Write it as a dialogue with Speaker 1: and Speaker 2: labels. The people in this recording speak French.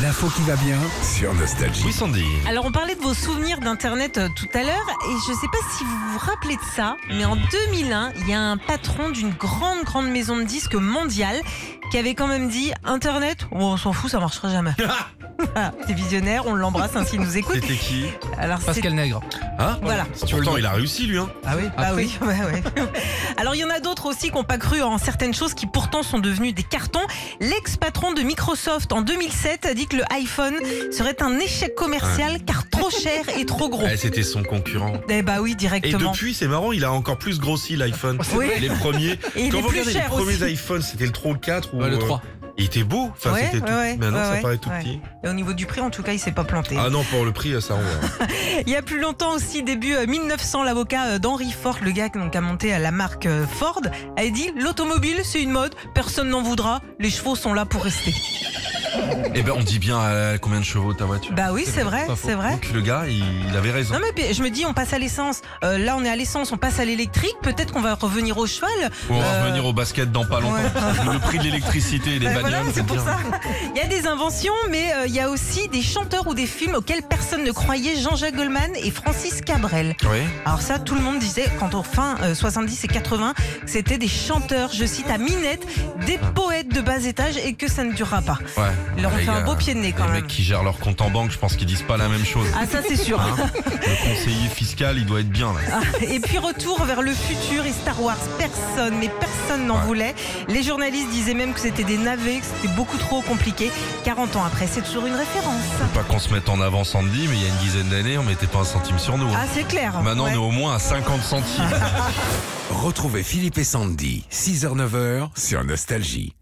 Speaker 1: L'info qui va bien sur Nostalgie.
Speaker 2: Oui, Sandy.
Speaker 3: Alors on parlait de vos souvenirs d'Internet euh, tout à l'heure et je ne sais pas si vous vous rappelez de ça, mais en 2001, il y a un patron d'une grande grande maison de disques mondiale qui avait quand même dit Internet, oh, on s'en fout, ça marchera jamais. Voilà, C'est visionnaire, on l'embrasse ainsi il nous écoute.
Speaker 2: C'était qui
Speaker 3: Alors c'est-
Speaker 4: Pascal Nègre.
Speaker 2: Hein
Speaker 3: Voilà.
Speaker 4: tu veux le
Speaker 2: Pourtant,
Speaker 4: nom.
Speaker 2: il a réussi, lui. Hein.
Speaker 4: Ah oui
Speaker 3: Bah oui, ouais, ouais. Alors il y en a d'autres aussi qui n'ont pas cru en certaines choses qui pourtant sont devenues des cartons. L'ex-patron de Microsoft en 2007 a dit que le iPhone serait un échec commercial car trop cher et trop gros.
Speaker 2: Eh, C'était son concurrent.
Speaker 3: Eh bah oui,
Speaker 2: Et
Speaker 3: directement.
Speaker 2: depuis, c'est marrant, il a encore plus grossi l'iPhone.
Speaker 3: Oui.
Speaker 2: Les premiers.
Speaker 3: Et Oh, il
Speaker 2: Quand
Speaker 3: est
Speaker 2: vous
Speaker 3: plus
Speaker 2: regardez
Speaker 3: cher
Speaker 2: les premiers
Speaker 3: aussi.
Speaker 2: iPhones, c'était le 3 ou le 4 ou
Speaker 4: Ouais, le
Speaker 2: euh,
Speaker 4: 3.
Speaker 2: Il était beau. Enfin,
Speaker 3: Ouais,
Speaker 2: c'était tout.
Speaker 3: ouais, ouais,
Speaker 2: Maintenant,
Speaker 3: ouais,
Speaker 2: ça
Speaker 3: ouais,
Speaker 2: paraît tout
Speaker 3: ouais.
Speaker 2: petit.
Speaker 3: Et au niveau du prix, en tout cas, il s'est pas planté.
Speaker 2: Ah non, pour le prix, ça hein. on voit.
Speaker 3: Il y a plus longtemps aussi, début euh, 1900, l'avocat euh, d'Henry Ford, le gars donc, qui a monté euh, la marque euh, Ford, a dit L'automobile, c'est une mode, personne n'en voudra, les chevaux sont là pour rester.
Speaker 2: Eh ben, on dit bien euh, combien de chevaux ta voiture.
Speaker 3: Bah oui,
Speaker 4: C'est
Speaker 3: c'est
Speaker 4: vrai,
Speaker 3: vrai,
Speaker 4: pas faux.
Speaker 3: c'est vrai.
Speaker 2: Donc le gars, il, il avait raison.
Speaker 3: Non mais puis, je me dis on passe à l'essence. Euh, là on est à l'essence, on passe à l'électrique. Peut-être qu'on va revenir au cheval.
Speaker 2: On va
Speaker 3: Euh,
Speaker 2: revenir au basket dans pas longtemps. Le prix de l'électricité et des
Speaker 3: Bah,
Speaker 2: bagnoles.
Speaker 3: voilà,
Speaker 2: faut
Speaker 3: c'est pour
Speaker 2: dire.
Speaker 3: ça. Il y a des inventions, mais euh, il y a aussi des chanteurs ou des films auxquels personne ne croyait. Jean-Jacques Goldman et Francis Cabrel.
Speaker 2: Oui.
Speaker 3: Alors ça, tout le monde disait, quand on fin euh, 70 et 80, que c'était des chanteurs, je cite à minette, des poètes de bas étage et que ça ne durera pas.
Speaker 2: Ouais.
Speaker 3: Ils leur ont
Speaker 2: Ah, Les
Speaker 3: fait un
Speaker 2: gars,
Speaker 3: beau pied de nez quand
Speaker 2: Les
Speaker 3: même.
Speaker 2: mecs qui gèrent leur compte en banque, je pense qu'ils disent pas la même chose.
Speaker 3: Ah ça c'est sûr. Ah,
Speaker 2: Hein le conseiller fiscal, il doit être bien là.
Speaker 3: Et puis retour vers le futur et Star Wars, personne, mais personne n'en
Speaker 2: Ouais.
Speaker 3: voulait. Les journalistes disaient même que c'était des navets, que c'était beaucoup trop compliqué. 40 ans après, c'est toujours une référence.
Speaker 2: Pas qu'on se mette en avant Sandy, mais il y a une dizaine d'années, on mettait pas un centime sur nous.
Speaker 3: Ah
Speaker 2: hein.
Speaker 3: c'est clair.
Speaker 2: Maintenant,
Speaker 3: Ouais.
Speaker 2: on est au moins à 50 centimes.
Speaker 1: Retrouvez Philippe et Sandy, 6h-9h sur Nostalgie.